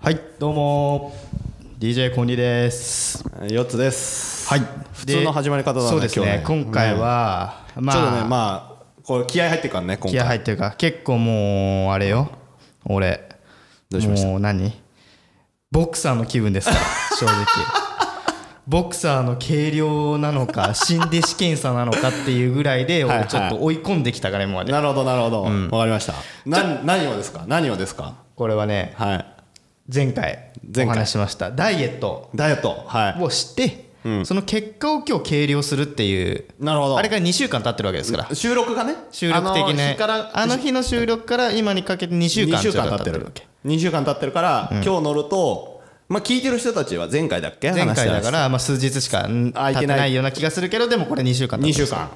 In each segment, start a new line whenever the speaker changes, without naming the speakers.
はい、どうも DJ コンリです。
4つです
はい、
普
で
通の始まり方だね
そうですね。
今日ね
今回は、まあ、
ちょっとねまあこれ気合入ってっからね今
気合
回
入ってるか、結構もうあれよ、俺。
どうしました
もう何？ボクサーの気分です から、正直。ボクサーの軽量なの か、新弟子検査なのかっていうぐらいで、
はいは
俺
い
ちょっと追い込んできたから今まで。
なるほどなるほどわ、かりましたな何をですか何をですか
これはね、
はい
前回お
前回
話ししましたダイエット
ダイエットは
をして、その結果を今日計量するっていう。
いなるほど
あれから2週間経ってるわけですから
収録がね
収録的
あの
ね
日から
あの日の収録から今にかけて2週
2
間
週間経って
わ
る
け
2週間経ってるから、今日乗るとまあ聞いてる人たちは前回だっけ
前回だ
話し
か
たや
らまあ数日しかん
あ
経
い
っ
けな
て
い
ないような気がするけどでもこれ2週間
つ
経っ
2
てる
週間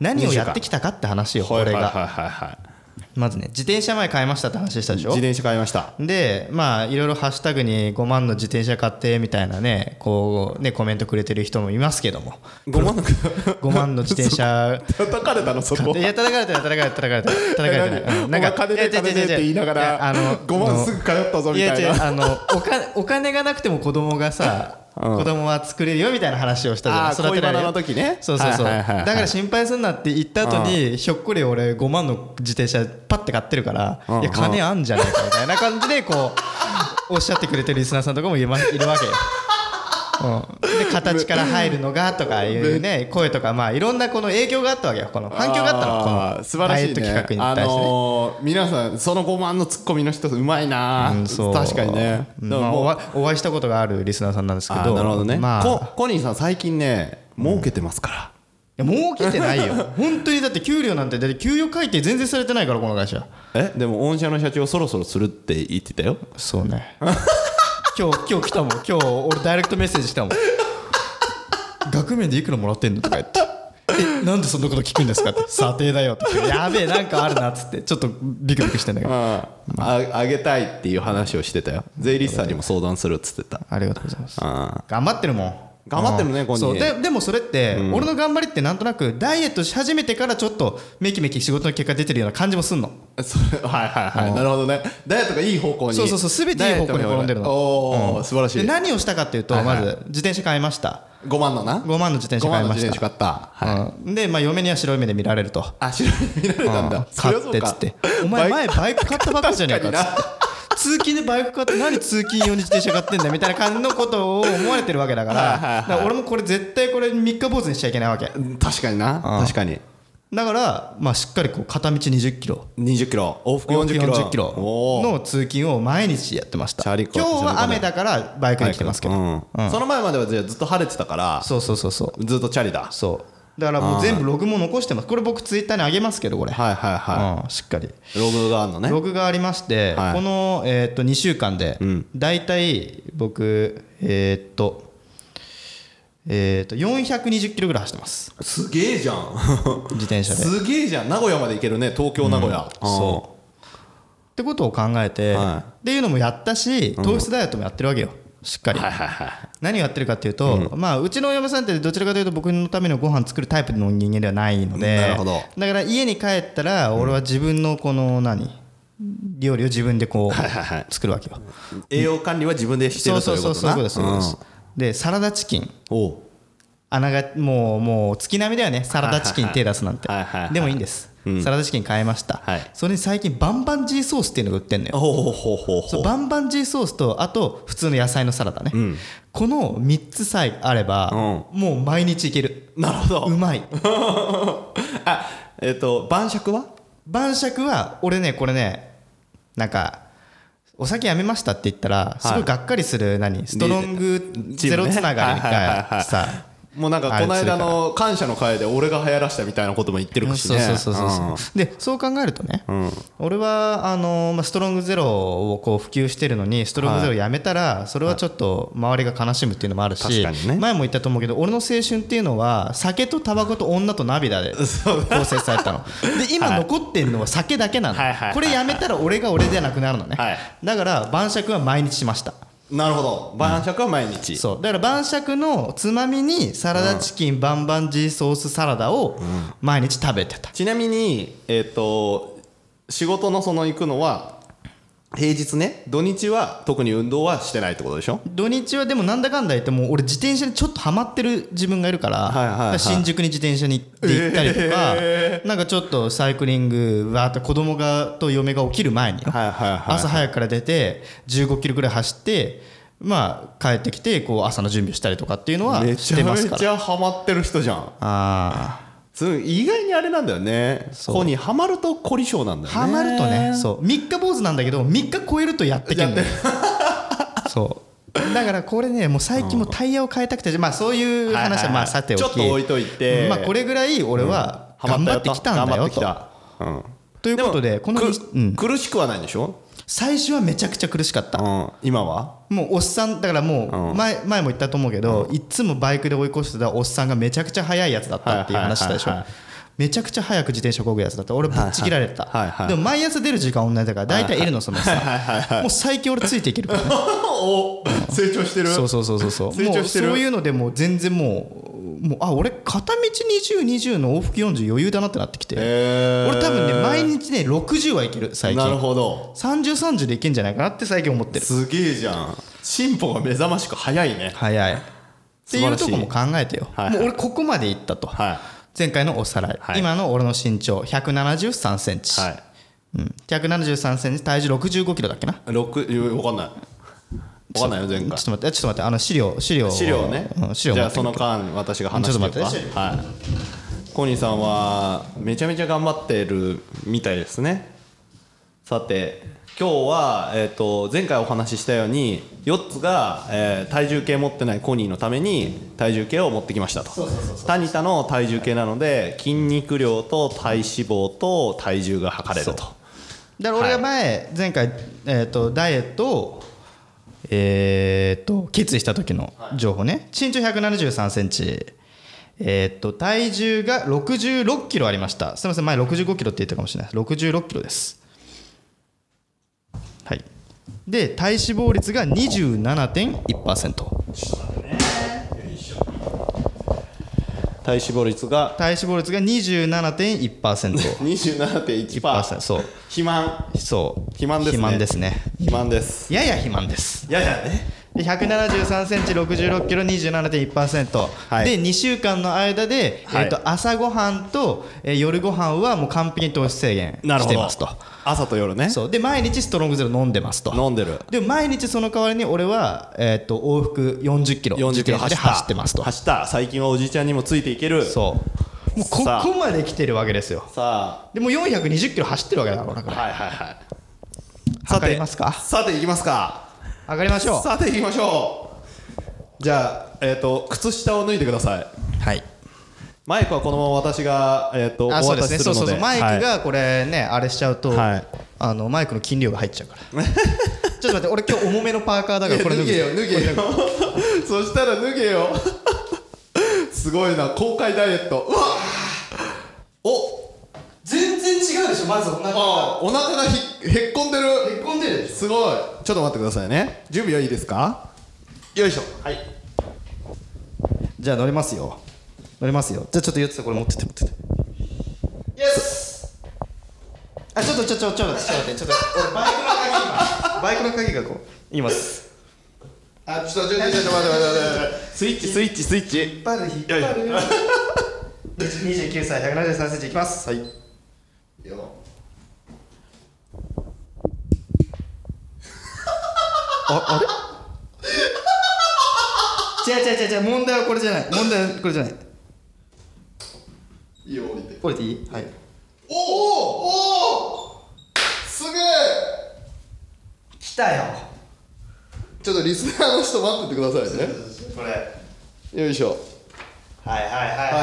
何を
二週間
やってきたかって話よ
はい
俺
はいはい
が
はいはい
まずね自転車前買いましたって話したでし
自
ょ
転車買いました
でまあいろいろハッシュタグに5万の自転車買ってみたいなねこうねコメントくれてる人もいますけど も
5万の
5万の自転車
叩かれたのそこ
いや叩かれてない叩かれてない叩かれてない叩かれてない
何
う
お
んな
前
んか
金ねえ金ねえって言いなが
いや
ら
あの
5万すぐ通ったぞみた
いや違
いうな
あのお金 お金がなくても子供がさ、子供は作れるよみたいな話をした
あ
じゃ
ー
ん育てられる
恋バナの時ね
そうそうそう、
はいはいはいはい
だから心配すんなって言った後に、ひょっこり俺5万の自転車パッて買ってるから、
うん
いや金あんじゃねえかみたいな感じでこうおっしゃってくれてるリスナーさんとかもい まいるわけよ。うん、で形から入るのがとかいうね声とかまあいろんなこの影響があったわけよこの反響があったのこ
あ
の
ー素晴らしい
ダイ
ね
エット企画
あ
に対してね、
のー皆さんその5万のツッコミの人うまいな
うんそう
確かにね
うん
でも
まあ
もう
おわお会いしたことがあるリスナーさんなんですけ
あ
ど
ーなるほどね
ま
コ
あ
コニーさん最近ね儲けてますから
いや儲けて ないよ本当にだって給料なんてだって給与改定全然されてないからこの会社
えでも御社の社長そろそろするって言ってたよ
そうね 今日今日来たもん今日俺ダイレクトメッセージ来たもん額面でいくらもらってんのとか言ってえなんでそんなこと聞くんですかって査定だよって言ってやべえなんかあるなっつってちょっとビクビクしてんだけど
あああげたいっていう話をしてたよ税理士さんにも相談するっつってた
ありがとうございます
あ
頑張ってるもん
頑張ってるね
うん
コニー
そうででもそれって、俺の頑張りってなんとなくダイエットし始めてからちょっとめきめき仕事の結果出てるような感じもすんの
ーそれはいはいはいなるほどねダイエットがいい方向に
そうそうそう全ていい方向に転んでるの
おおー素晴らし
で
い
何をしたかっていうと、
はいはい
まず自転車買いました
5万のな
5万の自転車買
5万
い
の
ま
自
し
転車
た
買ったはい
うんで、まあ、嫁には白い目で見られると
あ白い目見られたんだそ
買
りゃ
っ
そ
て
う
っ
か
つってお前
バイ
前バイク買ったばっかじゃねえ
ク
かっつ
な
って通勤でバイク買って何通勤用に自転車買ってんだみたいな感じのことを思われてるわけだから
はいはいはい
だから俺もこれ絶対これ三日坊主にしちゃいけないわけ
うん確かにな確かに
だから、まあ、しっかりこう片道2 0キロ
20キロ往復
40
40
キ
キ
ロ
ロおー
の通勤を毎日やってました
チャリ
今
コ
日は雨だからバイクで来てますけど、
うんその前まではじゃあずっと晴れてたから
そうそうそうそう
ずっとチャリだ
そうだからもう全部ログも残してますこれ僕ツイッターにあげますけどこれ、
はいはいは
うん、しっかり
いログがあるのね
ログがありまして、
はい
この、えー、と2週間で、大体僕えーっとえーっと420キロぐらい走ってます
すげえじゃ ん
自転車で。っ
すげえじゃん名古屋まで行けるね東京名古屋そ
てことを考えて、
は
っていうのもやったし糖質ダイエットもやってるわけよしっかり、
はいはいはい
何をやってるかっていうと、まあ、うちのお嫁さんってどちらかというと僕のためのご飯作るタイプの人間ではないので
なるほど
だから家に帰ったら俺は自分のこの何料理を自分でこ
はいはいう
作るわけよ
栄養管理は自分でして
そう
ると
そ
いうう
そ
こ
う
と
そういうこと
な
ですそういうことですでサラダチキン
うんおう
穴がもうもう月並みだよねサラダチキンに手出すなんて
はいはいはい
でもいいんですサラダチキン買いました
はい
それに最近バンバンジーソースっていうのが売ってんのよ
ほうほうほうほう
そ
ほ
う
う
バンバンジーソースとあと普通の野菜のサラダね、この3つさえあれば、もう毎日いける
なるほど
うまい
あえっと晩酌は
晩酌は俺ねこれねなんかお酒やめましたって言ったらすごいがっかりする何、ストロング
チ
ゼ
ーム
ロ
ね
つながり
はいはいはいは
が
い
さ
もうなんかこの間の感謝の会で俺が流行らしたみたいなことも言ってるし
そう
ね
そうそうそうそう、でそう考えるとね、俺はあのまあ、ストロングゼロをこう普及してるのにストロングゼロやめたらそれはちょっと周りが悲しむっていうのもあるし、
確かにね
前も言ったと思うけど俺の青春っていうのは酒とタバコと女と涙で構成されたので今残ってるのは酒だけなの、
はいはいはいはい
これやめたら俺が俺じゃなくなるのね、
はい
だから晩酌は毎日しました
うんなるほど晩酌は毎日
そうだから晩酌のつまみにサラダチキン、バンバンジーソースサラダを毎日食べてた
ちなみにえっと仕事のその行くのは平日ね土日は特に運動はしてないってことでしょ
土日はでもなんだかんだ言ってもう俺自転車にちょっとハマってる自分がいるから,、
はいはいはい
新宿に自転車に行って行ったりとか、なんかちょっとサイクリングわーって子供がと嫁が起きる前によ、
はいはいはい
朝早くから出て1 5キロぐらい走ってまあ帰ってきてこう朝の準備をしたりとかっていうのは
め
し
ち
て
ゃ
ます
め
から
ちゃハマってる人じゃん
あ
そう意外にあれなんだよね子にハマると凝り性なんだ
あ
よね
ハマるとねそう3日坊主なんだけど3日超えるとやってけ んのよそうだからこれねもう最近もうタイヤを変えたくてまあそういう
はいはいはい
話はまあさておき
ちょっと置いといて
まあこれぐらい俺は
ハマ
頑張
たよ
ってきたんだよ
と
と
頑張ってきたうん
ということで
も
この
く
うん
苦しくはないんでしょ
最初はめちゃくちゃ苦しかった
うん今は
もうおっさんだからもう前前も言ったと思うけどいつもバイクで追い越してたおっさんがめちゃくちゃ速いやつだったっていう話したでしょ
はいはいはい
めちゃくちゃ早く自転車こぐやつだった俺ぶっちぎられてた
はいはいはいはい
でも毎朝出る時間同じだから大体エルノスのさもう最近俺ついていけ るからね
お成長してる
そうそうそうそうそう
成
も
長
う
して
そ
る
ういうのでもう全然もうもうあ俺片道2020の往復40余裕だなってなってきて
へー
俺多分ね毎日ね60はいける最
なる
近
ほど
3030でいけんじゃないかなって最近思ってる
すげえじゃん進歩が目覚ましく早いね
早いっていうとこも考えてよ、
晴らしいはい
もう俺ここまでいったと、
は
前回のおさらい、
はい
今の俺の身長1 7 3センチ、
はい
うん、1 7 3ンチ体重6 5キロだっけな
六いやわかんないわかんないよ前
ちょっと
回
待ってちょっと待ってあの資料資料
資料ね
うん資料
じ
持っ
ゃあ
て
その間私が話
ち
し
ょ
て
っと待って
いくわはいコニーさんはめちゃめちゃ頑張ってるみたいですねさて今日は、えー、と前回お話ししたように4つが、えー体重計持ってないコニーのために体重計を持ってきましたとタニタの体重計なので筋肉量と体脂肪と体重が測れると
だから俺が前、前回、えー、とダイエットをえー、と決意した時の情報ね身長1 7 3センチえー、と体重が6 6キロありましたすみません前6 5キロって言ったかもしれない6 6キロですはいで体脂肪率が27.1%
体脂肪率が
体脂肪率が 27.1%
27.1%
そう
肥満
そう
肥満ですね
肥満ですね
肥満です
やや肥満です
ややね
で173センチ66キロ27.1%、
はい
で2週間の間で、
はい
えー、と朝ごはんと、えー夜ごはんはもう完璧に糖質制限
なる
し
ほ
て
ど
ますと
朝と夜ね
そうで毎日ストロングゼロ飲んでますと
飲んでる
で毎日その代わりに俺は、えー、と往復40キロ
40キロ
自転車
走
で
った
走ってますと
走った最近はおじいちゃんにもついていけるさ
そうもうこ
さあ
こまで来てるわけですよ
あ
でもう420キロ走ってるわけだからだから
はいはいはい
測りますか
さていきますか
上がりましょ
さていきましょうじゃあえっ、と靴下を脱いでくださいう
はい
マイクはこのまま私がえっ、とお
あそう
渡
です
し
ね
するので
そうそうそうマイク
はい
がこれね、あれしちゃうと、
はい
あのマイクの筋量が入っちゃうから ちょっと待って俺今日重めのパーカーだからこれ脱
脱げ
ぐ
よ脱げよ そしたら脱げよ すごいな公開ダイエットうわお
全然違うでしょまずお腹
あお腹がひへっこんでる
へっこんでるでし
すごいちょっと待ってくださいね準備はいいですかよいしょはい
ょじゃあ乗りますよ乗りますよじゃあちょっと四つさんこれ持ってって持ってってイエスあちょっとちょっとちょっとちょっと待ってちょっと俺バイクの鍵がバイクの鍵がこういます
あちょっとちょっとちょっと待って待って待ってスイッチスイッチスイッ
引
チ
っ張る引っ張る29歳1 7 3ンチいきますはいあ、あれ違う違う違う違う問題はこれじゃない問題はこれじゃない
いいよ降りて
これでいいはい
おおおおすげえ
来たよ
ちょっとリスナーの人待っててくださいね
これはい
よいしょ
はいはい
はいはい
は
はい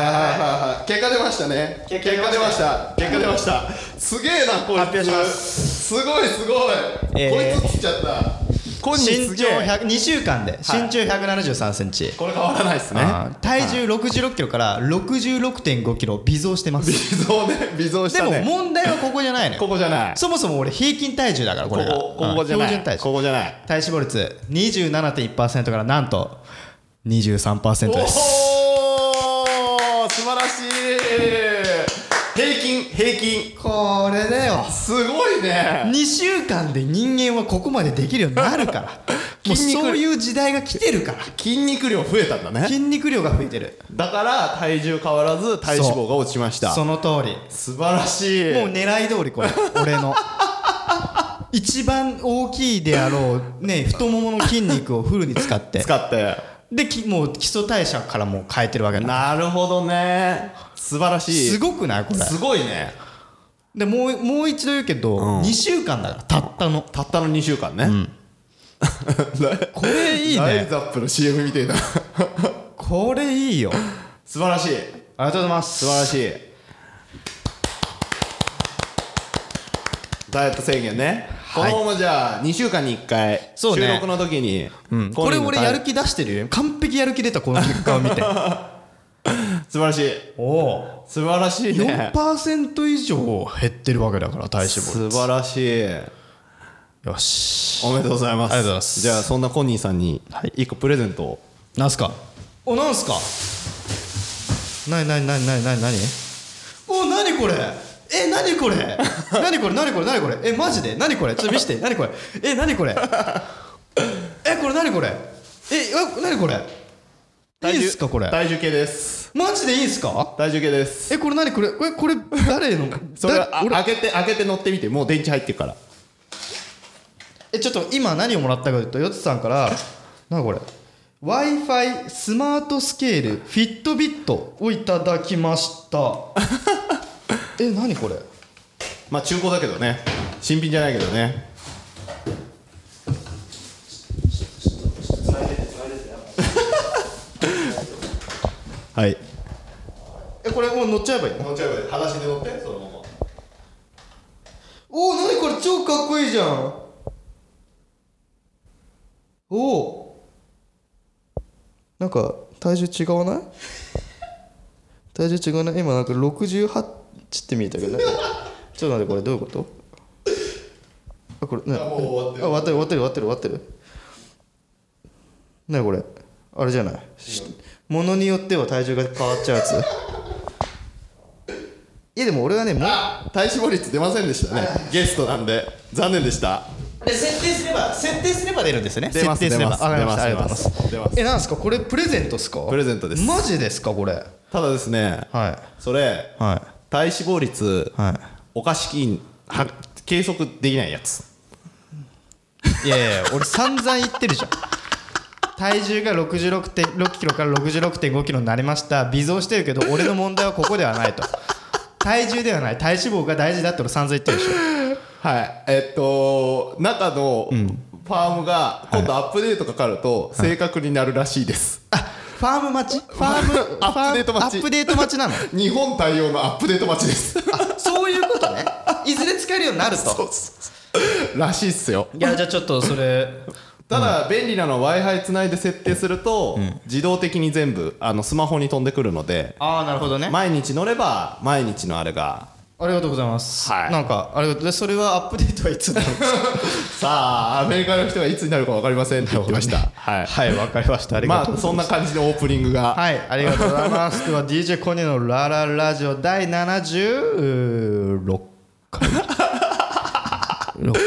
はい結果出ましたね
結果出ま
出ま
し
した結果出ましたすげえなこいつ
発表します
すごいすごい、
えー
こいつつっちゃった
い身長
100
100 2週間で身長1 7 3センチ
これ変わらないですね
体重6 6キロから6 6 5キロ微増してます
微増ね微増し
で
たね
も問題はここじゃないのよ
ここじゃない
そもそも俺平均体重だからこれが
ここここじゃ
うん
な
標準体
い
重
ここじゃない
体脂肪率27.1%からなんと23%
お
です
お素晴らしい平均平均
これだよよ
すごいね
2週間で人間はここまでできるようになるからもう
筋肉
そういう時代が来てるから
筋肉量増えたんだね
筋肉量が増えてる
だから体重変わらず体脂肪が落ちました
その通り
素晴らしい
もう狙い通り これ俺の一番大きいであろうね太ももの筋肉をフルに使って
使って
できもう基礎代謝からもう変えてるわけだ
なるほどね素晴らしい
すごくないこれ
すごいね
でもうもう一度言うけど、
うん
2週間だからたったの
たったの2週間ね、
これいい
ライ
ね
ズアップの CM みたいな
これいいよ
素晴らしい
ありがとうございます
素晴らしいダイエット宣言ね、
はい
このままじゃあ2週間に1回
そうね
収録の時に、
うんこれ俺やる気
気
出してるよ完璧やる気出たこの結果を見 て
素晴らしい
おお
素晴らしいね
4%以上減ってるわけだから体脂肪
素晴らしい
よし
おめでとうございます
ありがとうございます
じゃあそんなコニーさんに1個プレゼントを
なんすかおなんすかなになになになになになにおなにこれえなにこれなにこれなにこれなにこれえマジでなにこれちょっと見してなにこれえなにこれえこれなにこれえなにこれいいんすかこれ
体重計です
マジでいいんすか
体重計です
えこれなにこれこれこれ誰の
それ
だ
あ
俺
開けて開けて乗ってみてもう電池入ってるから
えちょっと今何をもらったかというとよつさんからなにこれ w i f i スマートスケールフィットビットをいただきましたえ何これ
まあ中古だけどね新品じゃないけどね はい
えこれもう乗っちゃえばいいの
乗っちゃえば裸足で乗ってそのまま
おお何これ超かっこいいじゃんおおなんか体重違わない 体重違わない今なんか68って見えたけどね ちょっと待ってこれどういうことあこれね
あもう終わってる
あ終わってる終わってる終わってる終わってるねこれあれじゃないしものによっては体重が変わっちゃうやついやでも俺はねも
あ体脂肪率出ませんでしたねゲストなんで残念でした
で設定すれば設定すれば出るんですよね
出ます
設定すれば
出ます
わかりましたあり
出
がとう
ま
ご
す
ざいます
出ます
えなんですかこれプレゼントですか
プレゼントです
マジですかこれはい
ただですね
は
それ
い
体脂肪率
は
おかしきは計測できないやつ
いいやいや俺散々言ってるじゃん 体重が66.6キロから66.5キロになりました微増してるけど俺の問題はここではないと体重ではない体脂肪が大事だって俺散々言ってるでし
はい、えっと、中のファームが今度アップデートかかると正確になるらしいです。
ょファーム待ちファーム
アップデート待ち
アップデート待ちなの
日本対応のアップデート待 ちです。
あ そういうことねいずれ使えるようになると
らしいっすよ。
いやじゃあちょっとそれ
ただ、便利なのは Wi-Fi つないで設定すると、自動的に全部あのスマホに飛んでくるので、
ああなるほどね
毎日乗れば毎日のあれが、
ありがとうございます。
はい
なんかありがとうでそれはアップデートはいつになるんですか。
さあ、アメリカの人がいつになるか分かりませんって言ってました。 はい。
はいわかりました。あり
ま
とう
あ、そんな感じのオープニングが。
はいありがとうございます。 今日は DJ コニーのラララジオ第76回。6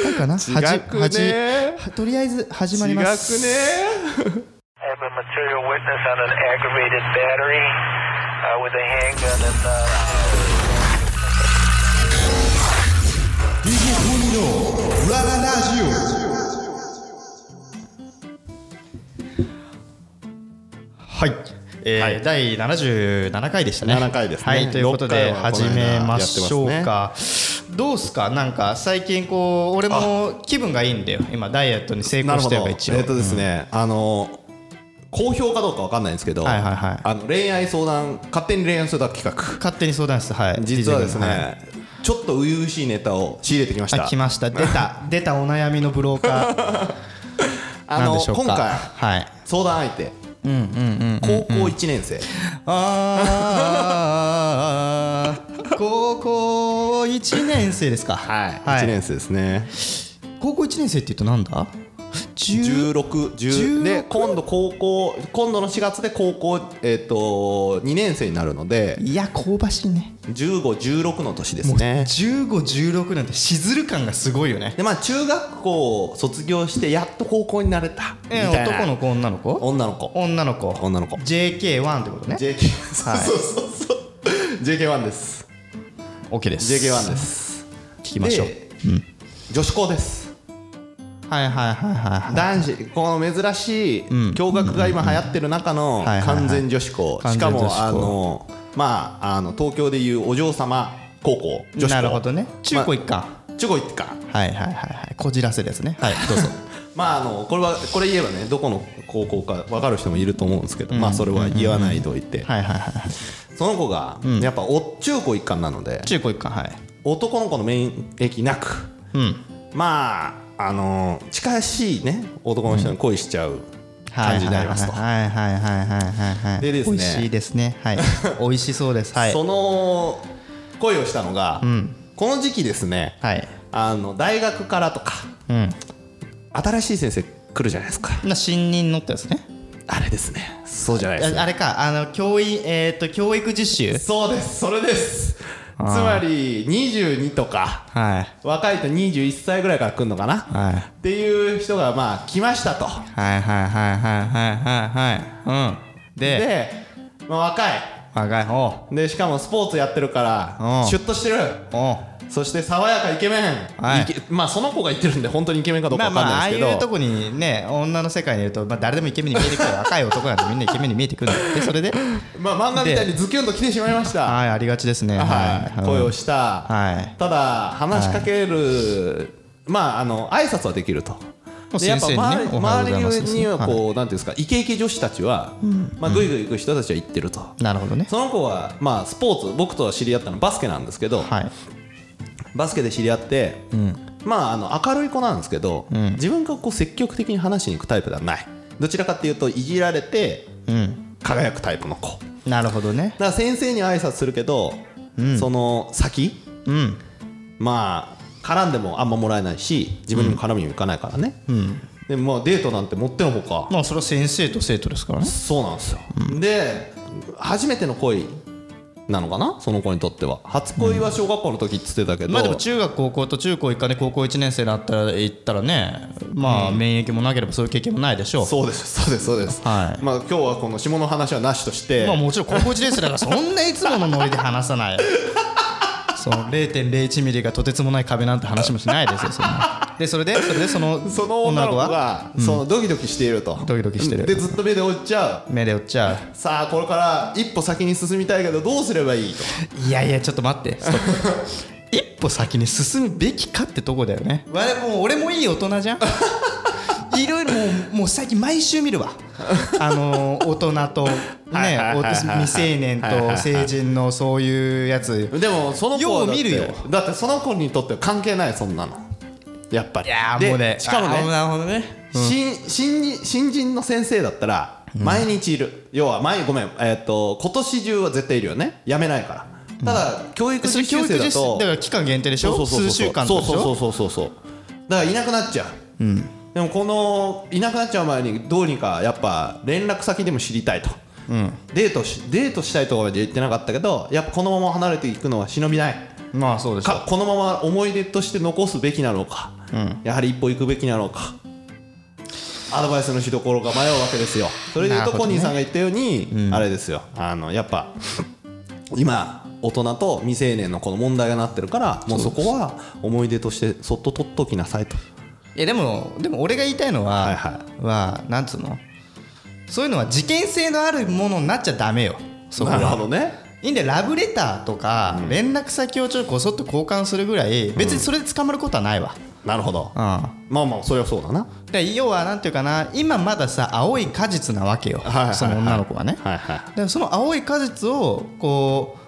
回かな
違くね
はとりあえず始ま
違
り
くね
ます。
I have a material witness on an aggravated battery uh, with a handgun and. Uh
DJ ラララジオ
はい。えー
はい
第77回でしたね。
7回ですね
はい、ということで
6回はこ
始
の間
めましょう
やって
か。どうすかなんか最近こう俺も気分がいいんだよ今ダイエットに成
な
功して
るほ
る
ど
から
え
一応
っとですね、あの好評かどうかわかんないんですけど、
はいはいはい
あの恋愛相談勝手に恋愛相談企画
勝手に相談室はい
実はですね、
い
ちょっと初々しいネタを仕入れてきました
あ来ま した出た出たお悩みのブローカー
あ
なん
の
でしょうか
今回
はい
相談相手、高校1年生、
あー高校1年生ですか
はい、1年生ですね
高校1年生って言うとなんだ10
1610
16
で今度高校今度の4月で高校、えっと2年生になるので
いや香ばしいね
1516の年で
もう
すね
1516なんてしずる感がすごいよね
でまあ中学校を卒業してやっと高校になれたみた
え
いな
男の子女の子
女の子
女の子
女の子
JK1 ってことね
JK
はい
そうそうそうそう JK1 です
OK です
JK1 です
聞きましょう
で女子校です
はいはいはいはいはい
男子この珍しい
ん
共学が今流行ってる中の
はいはいはい
完全女子校
完
し
全
か
女子校
もあのまああの東京でいうお嬢様高校女子校
なるほどね中高一貫、
中高一貫
はいはいはいはいこじらせですねはいどうぞ
まああのこれはこれ言えばねどこの高校か分かる人もいると思うんですけど、まあそれは言わないといて、
はいはいはいはい
その子がやっぱお中高一貫なので
中高一貫はい
男の子の免疫なく
うん
まああの近しいね男の人に恋しちゃう感じになりますと、
はいはいはいはいはいはいはい
でですね
美味しいですね はい美味しそうですはい
その恋をしたのが、この時期ですね
はい
あの大学からとか
うん
新しい先生来るじゃないですか
な新任のってやつね
あれですねそうじゃないです
ああれかあの教員えっと教育実習
そうですそれですつまり22とか
はい
若いと21歳ぐらいから来るのかな、
はい
っていう人がまあ来ましたと
はいはいはいはいはいはいはいうんで
で、まあ、若い
若い方
でしかもスポーツやってるか
う
ら
ん
シュッとしてる
おう
そして爽やかイケメン、
はい
イケまあその子が言ってるんで本当にイケメンかどう
まあ
か分
ま
かん
ああ
な
あ
いです
い
けど、
うとこにね女の世界にいると、まあ、誰でもイケメンに見えてくる若い男なんてみんなイケメンに見えてくるんだってそ れで
まあ、漫画みたいにズキュンと来てしまいました。
はいありがちですね
はい、
うん
恋をした、
はい
ただ話しかける、まああの挨拶はできると。
う
でやっぱ
先生にね
周り
おはようございます
周りにはこう、なんていうんですかイケイケ女子たちは、まあ、ぐいぐい行く人たちは行ってると、
なるほどね
その子は、まあ、スポーツ僕と知り合ったのはバスケなんですけど、
はい
バスケで知り合って、まあ、あの明るい子なんですけど、自分がこう積極的に話しに行くタイプではないどちらかっていうといじられて
うん
輝くタイプの子
なるほどね
だから先生に挨拶するけど、その先
うん
まあ絡んでもあんまもらえないし自分にも絡みにもいかないからね、でもまあデートなんてもってのほか、
まあそれは先生と生徒ですからね
そうなんですよ、で初めての恋なのかなその子にとっては初恋は小学校の時っつってたけど、
まあでも中学高校と中高一貫で高校1年生だったら行ったらねまあ免疫もなければそういう経験もないでしょう
そうですそうですそうです、
はい
まあ、今日はこの下の話はなしとして、
まあもちろん高校1年生だからそんないつものノリで話さない その0.01ミリがとてつもない壁なんて話もしないですよそんなでそれでそれでその
その女の子がそのドキドキしていると、
ドキドキしてる
でずっと目で追っちゃう
目で追っちゃう
さあこれから一歩先に進みたいけどどうすればいいと
いやいやちょっと待ってストップ一歩先に進むべきかってとこだよねわもう俺もいい大人 じゃんいろいろもうもう最近毎週見る わあの大人とね
はいはいはいはい
お未成年と成人のそういうやつ
でもその子はだっ
よ
て
う見るよ
だってその子にとっては関係ないそんなのやっぱり
いやー
で
もうね
しかも
あー
ね
なるほどね
新新人新人の先生だったら毎日いる、要は毎ごめん、えー、と今年中は絶対いるよねやめないからただ、教育
それ
実
教
習
育実
生だ
習
と
だから期間限定でしょ
そうそうそうそう
数週間とか
そう
でしょ
そうそうそうそうだからいなくなっちゃう、でもこのいなくなっちゃう前にどうにかやっぱ連絡先でも知りたいと、デートしデートしたいとかまで言ってなかったけどやっぱこのまま離れていくのは忍びない
まあそうでしょ
かこのまま思い出として残すべきなのか、やはり一歩行くべきなのかアドバイスのしどころが迷うわけですよそれでいう
なる
と
ほど
コ
ね
ニーさんが言ったように、あれですよあのやっぱ今大人と未成年のこの問題がなってるからもうそこは思い出としてそっと取っときなさいと
いやでもでも俺が言いたいのは、
は
はい
は
なんつうのそういうのは事件性のあるものになっちゃダメよそこ
な
は
るほどね
いいんだよラブレターとか連絡先をちょっとこそっと交換するぐらい別にそれで捕まることはないわ、
なるほど
うん
まあまあそれはそうだな
で要はなんていうかな今まださ青い果実なわけよ、
いはいはい
その女の子はね、
はいはい
でその青い果実をこう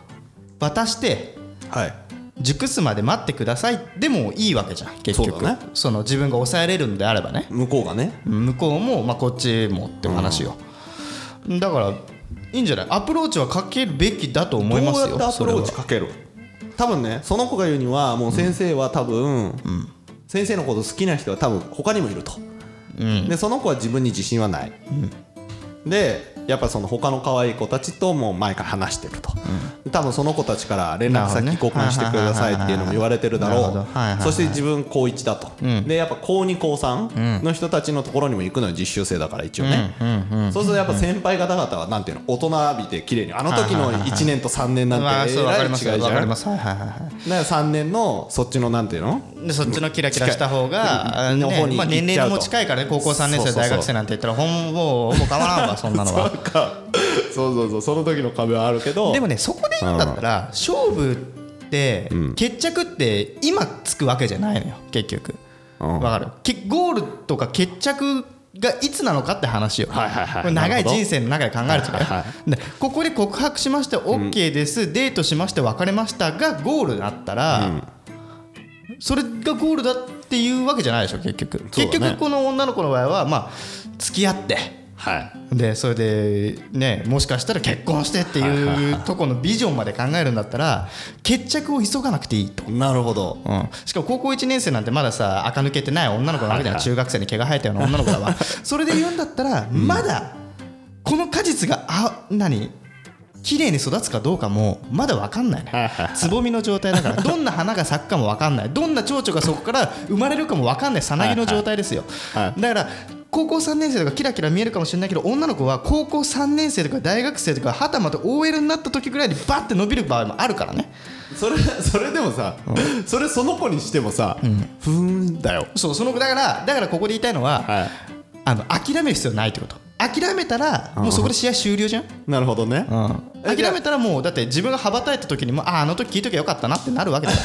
渡して
はい
熟すまで待ってくださいでもいいわけじゃん結局
そうだね
その自分が抑えれるんであればね
向こうがね
向こうも、まあ、こっちもって話よ、だからいいんじゃないアプローチはかけるべきだと思いますよ
どうやってアプローチかける多分ねその子が言うにはもう先生は多分、先生のこと好きな人は多分他にもいると、でその子は自分に自信はない、でやっぱその他の可愛い子たちとも前から話してると、多分その子たちから連絡先
なるほ
交
どね
換してくださいっていうのも言われてるだ
なるほど
ろ
はいはいは
う
い
そして自分高1だと、でやっぱ高2高3の人たちのところにも行くのよ実習生だから一応ね、そうするとやっぱ先輩方々はなんていうの大人びて綺麗にあの時の1年と3年なん
まあ
てえ
そうわ
ら
かり
い違い
ます
じ
よ
ゃん
わ
だ
か
か
りますはいはいはいはい
ら3年のそっちのなんていうの
でそっちのキラキラした方が、あ
の
ね
方に
まあ、年齢も近いからね高校3年
そ
生
うそうそう
大学生なんて言ったらほんもうほぼ変わらんわそんなのは
なんかそうそうそうその時の壁はあるけど
でもねそこで言うんだったら勝負って決着って今つくわけじゃないのよ結局
うん
わかるけゴールとか決着がいつなのかって話よ、
はいはいはい
これ長
ないるほど
人生の中で考えるとね、
はいはいは
でここで告白しました OK です、デートしまして別れましたがゴールだったら、それがゴールだっていうわけじゃないでしょ結局、
そうだね
結局この女の子の場合はまあ付き合って
はい
でそれでねもしかしたら結婚してっていうとこのビジョンまで考えるんだったら決着を急がなくていいと。
なるほど
うん、しかも高校1年生なんてまださ垢抜けてない女の子なわけじゃない中学生に毛が生えたような女の子だ わそれで言うんだったらまだこの果実があ何綺麗に育つかどうかもまだ分かんないねつぼみの状態だからどんな花が咲くかも分かんないどんな蝶々がそこから生まれるかも分かんないさなぎの状態ですよ
は
だから高校3年生とかキラキラ見えるかもしれないけど女の子は高校3年生とか大学生とかはたまた OL になった時ぐらいにバッて伸びる場合もあるからね
それそれでもさ、それその子にしてもさ、ふーんだよ
そうそのだからだからここで言いたいのは、
は
あの諦める必要ないってこと諦めたらもうそこで試合終了じゃん、
いなるほどね、え
諦めたらもうだって自分が羽ばたいた時にもあああの時聞いときゃよかったなってなるわけだ よ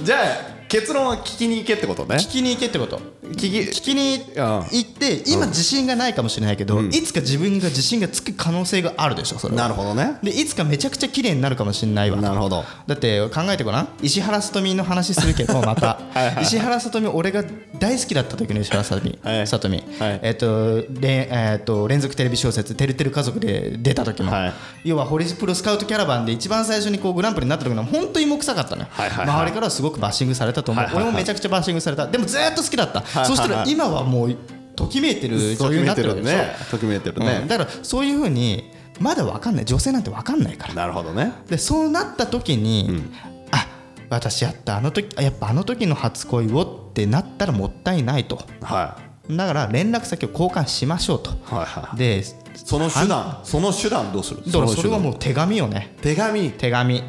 じゃあ結論は聞きに行けってことね
聞きに行けってこと
聞
聞きに行って今自信がないかもしれないけど、いつか自分が自信がつく可能性があるでしょそれは
なるほどね
でいつかめちゃくちゃ綺麗になるかもしれないわ
なるほど
だって考えてごらん石原さとみの話するけ どまた石原さとみ俺が大好きだった時の石原さとみ、
はい
さとみ、
はい
えっ、とれんえっ、と連続テレビ小説「てるてる家族」で出た時の、
はい
要はホリプロスカウトキャラバンで一番最初にこうグランプリになった時の本当に芋臭かったのよ、
はいはいはい
周りからはすごくバッシングされたと思う、
はいはいはい
俺もめちゃくちゃバッシングされたでもずーっと好きだった、
いはいはい
そしたら今はもうときめいてる
と
女
き
優に
め
なっ
っ
て
て
るわけ
る
でしょ
ねときめいてる
うん
ね、
だからそういうふうにまだ分かんない女性なんて分かんないから
なるほどね
でそうなった時に、あ私やったあの時あやっぱあの時の初恋をってなったらもったいないと
は
だから連絡先を交換しましょうと
いはいはい
で
その手段その手段どうする
だからそれはも
う
う手紙よね
手紙
手紙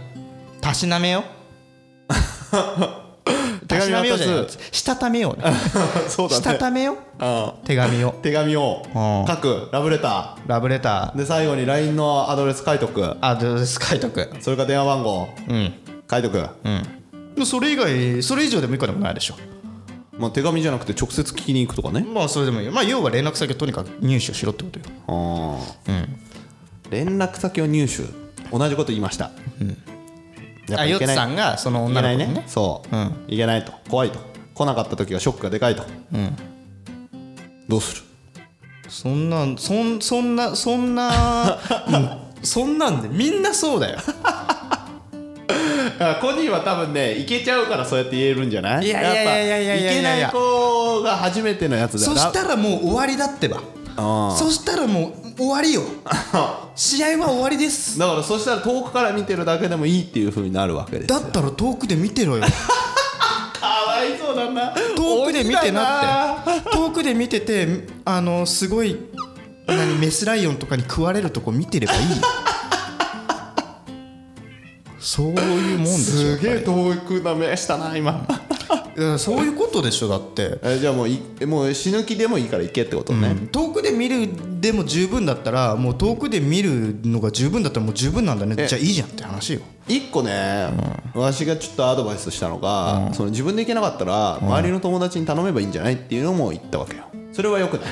たしなめ よ
手
た
紙
しなめようじゃない
渡す
したためようね
そう
したためよ
うん
手紙を
手紙を
うん
書くラブレタ
ラブレタ
ー
ー
で最後に LINE のアドレス書いとく
アドレス書いとく
それから電話番号
うん
書いとく
うんそれ以外それ以上でも以下でもないでしょ
まあ手紙じゃなくて直接聞きに行くとかね
まあそれでもいいよまあ要は連絡先をとにかく入手しろってことよ
うん、連絡先を入手同じこと言いました、やっぱ
あ
い
ヨ
け
ッツ
ない
さんがその
い
女の
けない
子
ね
にね
そう、
うん
いけないと怖いと来なかった時はショックがでかいと、どうする
そんなんそんそんなそんな、うんそんなんでみんなそう だよ
コニーは多分ねいけちゃうからそうやって言えるんじゃない
いやいやいやいやいやいやいや
っぱいけない子が初めてのやつだ
そしたらもう終わりだってば
あ
そしたらもう終わり よ試合は終わりです
だからそしたら遠くから見てるだけでもいいっていうふうになるわけです
だったら遠くで見て ろよ
かわいそうだな
遠くで見てな
っ
って遠くで見ててあのすごい何メスライオンとかに食われるとこ見てればい いよそういうもんですよ
すげえ遠くな目した な今
いやそういうことでしょだって
えじゃあもういもう死ぬ気でもいいから行けってことね、
遠くで見るでも十分だったらもう遠くで見るのが十分だったらもう十分なんだねじゃあいいじゃんって話よ
一個ね、わしがちょっとアドバイスしたのが、その自分で行けなかったら周りの友達に頼めばいいんじゃないっていうのも言ったわけよそれはよくない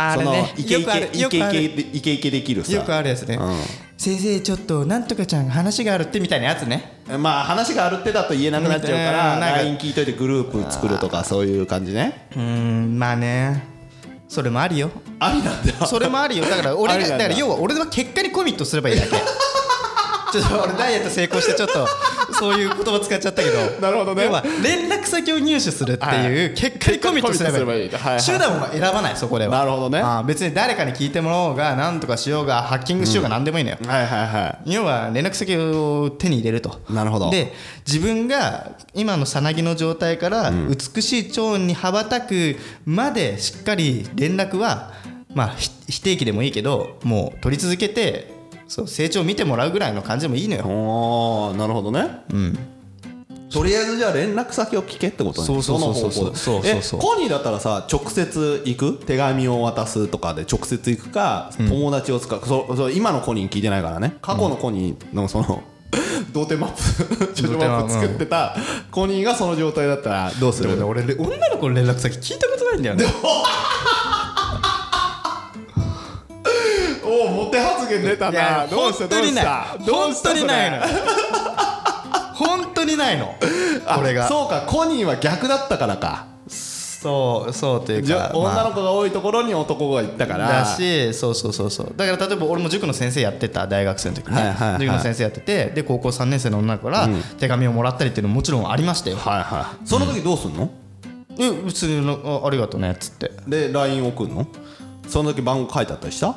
あ
そのイケイ
よくあ
ケ
る
イケイケイケイケできるさ
よくあるやつね先生ちょっとなんとかちゃん話があるってみたいなやつね
まあ話があるってだと言えなくなっちゃうか
う
ら
んなんか
LINE 聞いといてグループ作るとかそういう感じね
うーんまあねそれもありよ
ありなんだ
それもあるよだ から俺
あり
がだ
なん
か
だ
ら要は俺は結果にコミットすればいいだけちょっと俺ダイエット成功してちょっとそういう言葉使っちゃったけど
なるほどね
要は連絡先を入手するって
は
いう結果にコミットすればいい
コミットすればいいはいはい
手段は選ばないそこでは
なるほどね
ああ別に誰かに聞いてもらおうが何とかしようがハッキングしようが何でもいいのよ、
はいはいは
要は連絡先を手に入れると
なるほど
で自分が今のさなぎの状態から美しい蝶に羽ばたくまでしっかり連絡は、まあ、ひ非定期でもいいけどもう取り続けてそう成長を見てもらうぐらいの感じでもいいの
い
よ
おーなるほどね
ん
とりあえずじゃあ連絡先を聞けってことね
そうそうそうそう
どの方向で
そうそうそう
えコニーだったらさ直接行く手紙を渡すとかで直接行くか友達を使う、そそ今のコニーに聞いてないからね過去のコニーのその 童貞マップジョジョマップ作ってたコニーがその状態だったらどうする
俺女の子の連絡先聞いたことないんだよね
おおモテ発言出た
いや
などう
本
した
当
どう
に
し
ない
たどう
本
した
当にない
そ
の
れ
本当にないの
あ
これが
そうかコニーは逆だったからか
そうそうという
じ
か
ゃ
まあ
女の子が多いところに男が行ったから
だしそうそうそうそうだから例えば俺も塾の先生やってた大学生の時ね、
はいはいはい
塾の先生やっててで高校3年生の女の子から手紙をもらったりっていうのももちろんありましたよ、
はいはいその時どうすんの、
え普通のあありがとうねっつって
で LINE 送るのその時番号書いてあったりした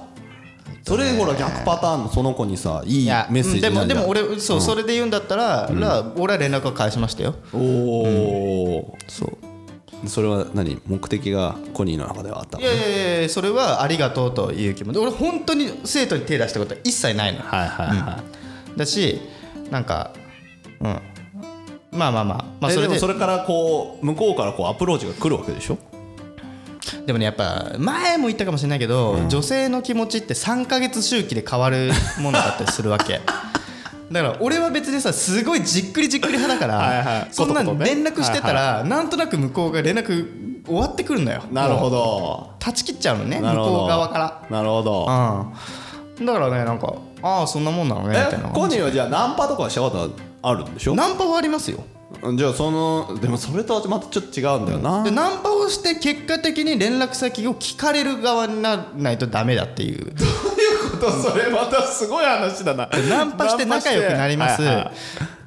それほら逆パターンのその子にさいい
い
メッセージ
で
にな
も
る
で
じゃん
も俺そう、それで言うんだったら、ら俺は連絡は返しましたよ
おお、
そう
それは何目的がコニーの中ではあったの
いやいやいやいやそれはありがとうという気持ちで俺本当に生徒に手出したことは一切ないの
はいはいはい、
だしなんかうんまあまあまあまあ
え
そ
で
れ
も
で
それからこう向こうからこうアプローチが来るわけでしょ
でもねやっぱ前も言ったかもしれないけど、女性の気持ちって3ヶ月周期で変わるものだったりするわ けだから俺は別にさすごいじっくりじっくり派だから
はいはい
そんな
こと
ん
とね
連絡してたら、なんとなく向こうが連絡終わってくるんだよ
なるほ
も
ど
う断ち切っちゃうのね向
なるほど
こう側か
なるほど
らうんだからねなんかああそんなもんなのねみたい
え
な
コニーはじゃあナンパとかしたことあるんでしょ
ナンパはありますよ
じゃあそのでもそれとはまたちょっと違うんだよな
でナンパをして結果的に連絡先を聞かれる側にならないとダメだっていう
それまたすごい話だな
ナンパして仲良くなります、
はいはい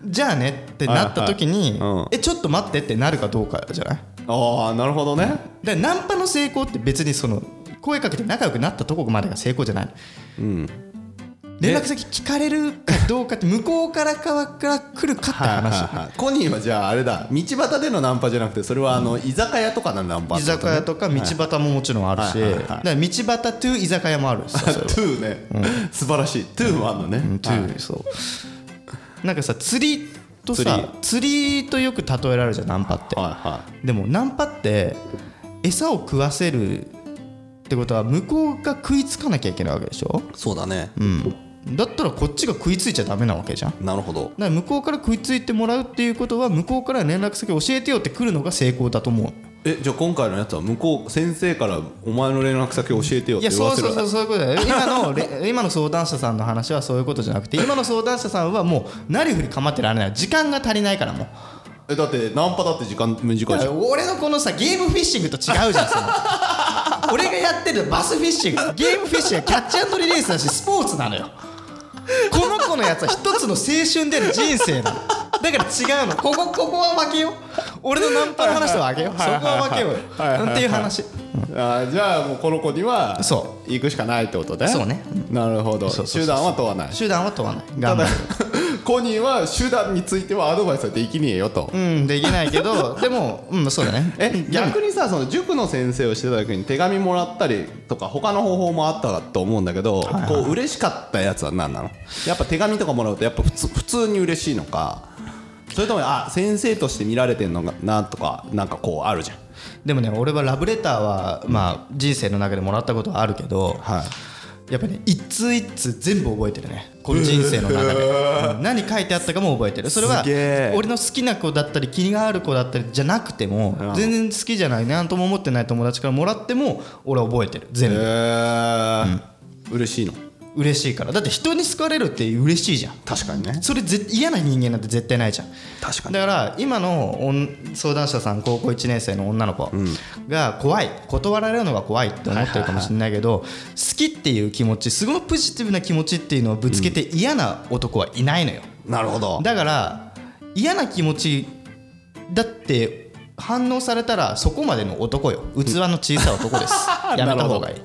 じゃあねってなった時に、
はいはいうん
えちょっと待ってってなるかどうかじゃない
ああなるほどね
でナンパの成功って別にその声かけて仲良くなったとこまでが成功じゃない、連絡先聞かれるかどうかって向こうから側から来るかって
はいはい
話、
はいコニーはじゃああれだ道端でのナンパじゃなくてそれはあの居酒屋とかのナンパ
居酒屋とか道端ももちろんあるし、
はいはいは
だ
い
か
は
ら道端 to 居酒屋もあるんですよ
ト
それは
ゥーね素晴らしいトゥーもあるのね
うん to そうなんかさ釣りとさ釣りとよく例えられるじゃんナンパって、
はいは
でもナンパって餌を食わせるってことは向こうが食いつかなきゃいけないわけでしょ、
いそうだね
うん、だったらこっちが食いついちゃダメなわけじゃんだか
なるほど
ら向こうから食いついてもらうっていうことは向こうから連絡先教えてよって来るのが成功だと思う
えじゃあ今回のやつは向こう先生からお前の連絡先教えてよっ
いや
て言わ
そう
せる
そうそうそういうことだよ今のれ 今の相談者さんの話はそういうことじゃなくて今の相談者さんはもうなりふり構ってられない時間が足りないからもう
えだってナンパだって時間短いじゃん
いや俺のこのさゲームフィッシングと違うじゃんそ の俺がやってるバスフィッシングゲームフィッシングはキャッチアンドリレースだしスポーツなのよこの子のやつは一つの青春である人生なのだから違うのここここは負けよ俺のナンパの話とは負けよそこ
いはい
は負けよよ
はいはいはい
っていう話
あーじゃあもうこの子には
そ
行くしかないってことね
そうね
なるほど
そうそうそう
手段は問わない
手段は問わない
た
頑張
だ
る
コニーは手段についてはアドバイスはできねえよと
うんできないけどでもうんそうだね
え逆にさその塾の先生をしてた時に手紙もらったりとか他の方法もあったと思うんだけどこう嬉しかったやつは何なのやっぱ手紙とかもらうとやっぱ普通普通に嬉しいのかそれともあ先生として見られてんのかなとかなんかこうあるじゃん
でもね俺はラブレターはまあ人生の中でもらったことはあるけど
はい
やっぱね一通一通全部覚えてるねこの人生の中で、うん何書いてあったかも覚えてるそれは
すげえ
俺の好きな子だったり気がある子だったりじゃなくても全然好きじゃない何とも思ってない友達からもらっても俺は覚えてる全
へ
部
え嬉しいの
嬉しいからだって人に好かれるって嬉しいじゃん
確かにね
それぜ嫌な人間なんて絶対ないじゃん
確かに
だから今の女相談者さん高校1年生の女の子が怖い断られるのが怖いって思ってるかもしれないけど好きっていう気持ちすごくポジティブな気持ちっていうのをぶつけて嫌な男はいないのよ
なるほど
だから嫌な気持ちだって反応されたらそこまでの男よ器の小さい男です やめた方がいい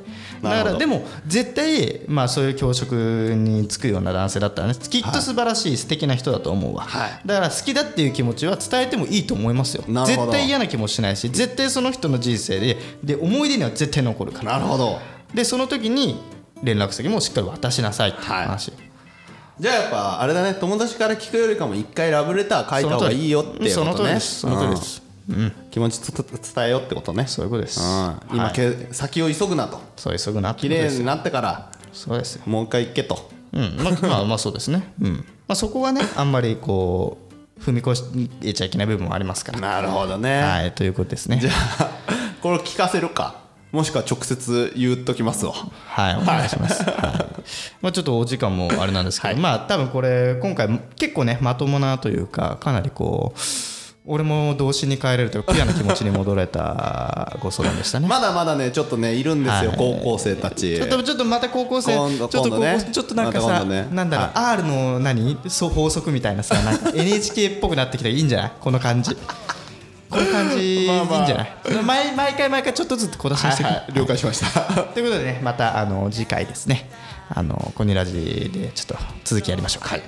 だ
なる
か
ほど
らでも絶対、まあ、そういう教職につくような男性だったらねきっと素晴らしい素敵な人だと思うわ、
はい
だから好きだっていう気持ちは伝えてもいいと思いますよ
なるほ
絶
ど
対嫌な気もしないし絶対その人の人生でで思い出には絶対残るから
なるほど
でその時に連絡先もしっかり渡しなさいっていう話、
じゃあやっぱあれだね友達から聞くよりかも一回ラブレター書いた方がいいよっていう
そ
こ
の通
と
り
ね
ですその通りです、
うん気持ちつつ伝えようってことね
そういうことです、
うん今け先を急ぐなと
そう急ぐなって
綺
ことで
麗
す
に
よ
なってから
そうですよ、
もう一回行けと
うん まあ、まあまあそうですね、うんまあ、そこはねあんまりこう踏み越えちゃいけない部分もありますから
なるほどね
はいということですね
じゃあ これ聞かせるかもしくは直接言っときますわ
はいお願いします、はいまあ、ちょっとお時間もあれなんですけど、まあ多分これ今回結構ねまともなというかかなりこう俺も童心に帰れるというかピュアな気持ちに戻れたご相談でしたね
まだまだねちょっとねいるんですよ
はい
高校生たち
ちょっとちょっとまた高校生、
今度
ちょっと高
今
校
度ね
ちょっとなんかさ、
また今度ね
なんだろう、R の何そう法則みたいなさ、なん か NHK っぽくなってきていいんじゃないこの感じ。この感じ、
まあまあ
いいんじゃない毎毎回毎回ちょっとずつ小出しにしてくる、
はいはい了解しました
ということでね、またあの次回ですね、あのコニラジでちょっと続きやりましょうか。はい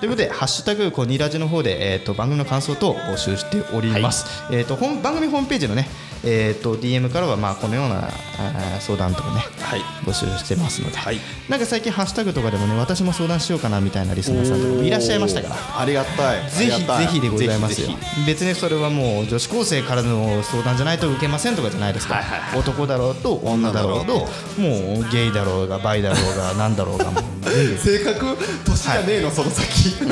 ということで、ハッシュタグコニラジの方で、えー、と番組の感想等を募集しております。えー、と本番組ホームページのね、えー、と DM からは、まあ、このようなあー相談とかね、
はい
募集してますので、
はい
なんか最近、ハッシュタグとかでもね、私も相談しようかなみたいなリスナーさんとかもいらっしゃいましたから。
おーありがたい
ぜひ
あ
ぜ
りがた
ひでございますよ
ぜひぜ
別にそれはもう女子高生からの相談じゃないと受けませんとかじゃないですから、
はいはい
男だろうと女だろうともうゲイだろうがバイだろうが何だろうがもう 全
ひ性格年じゃねえのその先
部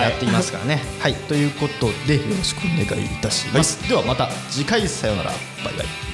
やっていますからねはい、ということでよろしくお願いいたします、ではまた次回さようならバイバイ